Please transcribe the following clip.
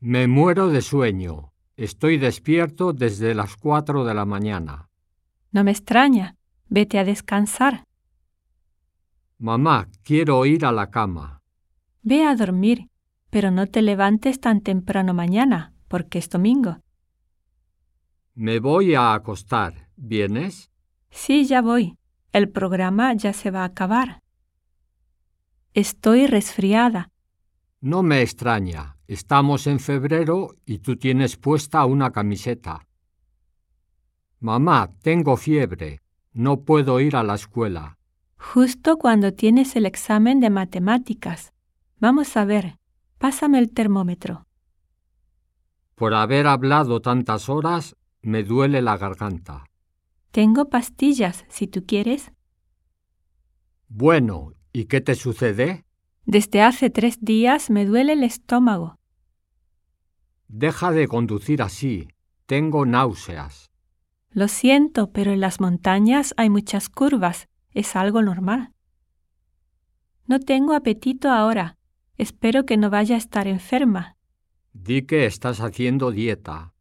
Me muero de sueño. Estoy despierto desde las cuatro de la mañana. No me extraña. Vete a descansar. Mamá, quiero ir a la cama. Ve a dormir, pero no te levantes tan temprano mañana, porque es domingo. Me voy a acostar. ¿Vienes? Sí, ya voy. El programa ya se va a acabar. Estoy resfriada. No me extraña. Estamos en febrero y tú tienes puesta una camiseta. Mamá, tengo fiebre. No puedo ir a la escuela. Justo cuando tienes el examen de matemáticas. Vamos a ver. Pásame el termómetro. Por haber hablado tantas horas, me duele la garganta. Tengo pastillas, si tú quieres. Bueno, ¿y qué te sucede? Desde hace tres días me duele el estómago. Deja de conducir así. Tengo náuseas. Lo siento, pero en las montañas hay muchas curvas. Es algo normal. No tengo apetito ahora. Espero que no vaya a estar enferma. Di que estás haciendo dieta.